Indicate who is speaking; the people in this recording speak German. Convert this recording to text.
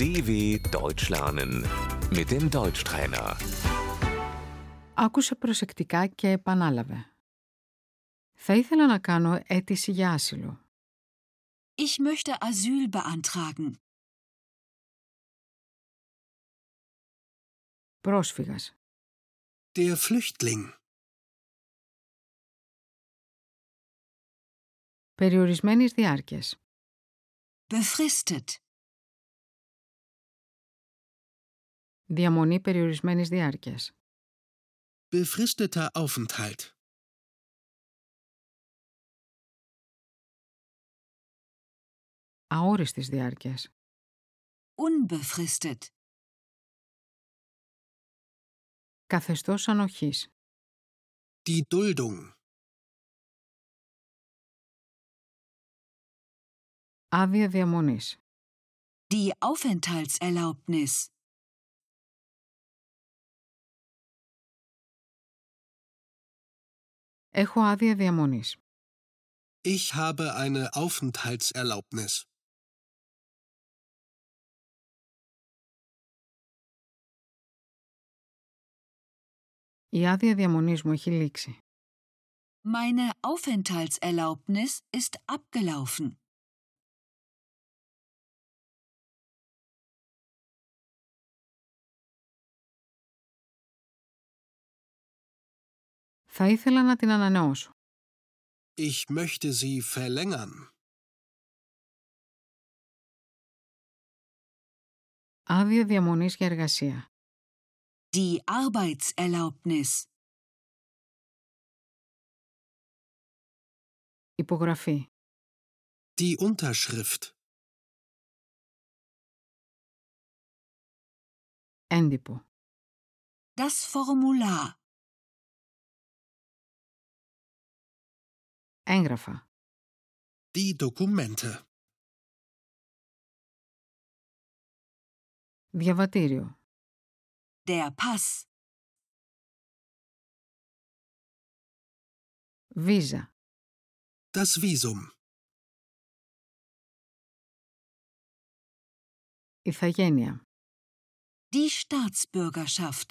Speaker 1: DW Deutsch lernen mit dem Deutschtrainer.
Speaker 2: Άκουσε προσεκτικά και επανάλαβε. Θα ήθελα να κάνω αίτηση για άσυλο.
Speaker 3: Ich möchte Asyl beantragen.
Speaker 2: Πρόσφυγας.
Speaker 4: Der Flüchtling.
Speaker 2: Περιορισμένης διάρκειας.
Speaker 3: Befristet.
Speaker 2: Διαμονή περιορισμένης διάρκειας.
Speaker 4: Befristeter Aufenthalt.
Speaker 2: Αόριστης διάρκειας.
Speaker 3: Unbefristet.
Speaker 2: Καθεστώς ανοχής.
Speaker 4: Die Duldung.
Speaker 2: Άδεια διαμονής.
Speaker 3: Die Aufenthaltserlaubnis.
Speaker 2: Έχω άδεια διαμονής.
Speaker 4: Ich habe eine Aufenthaltserlaubnis.
Speaker 2: Η άδεια διαμονής μου έχει λήξει.
Speaker 3: Meine Aufenthaltserlaubnis ist abgelaufen.
Speaker 2: Θα ήθελα να την ανανεώσω.
Speaker 4: Ich möchte sie verlängern.
Speaker 2: Άδεια διαμονής για εργασία.
Speaker 3: Die Arbeitserlaubnis.
Speaker 2: Υπογραφή.
Speaker 4: Die Unterschrift.
Speaker 2: Έντυπο.
Speaker 3: Das Formular.
Speaker 2: Έγγραφα.
Speaker 4: Die Dokumente.
Speaker 2: Διαβατήριο.
Speaker 3: Der Pass.
Speaker 2: Βίζα.
Speaker 4: Das Visum.
Speaker 2: Ιθαγένεια.
Speaker 3: Die Staatsbürgerschaft.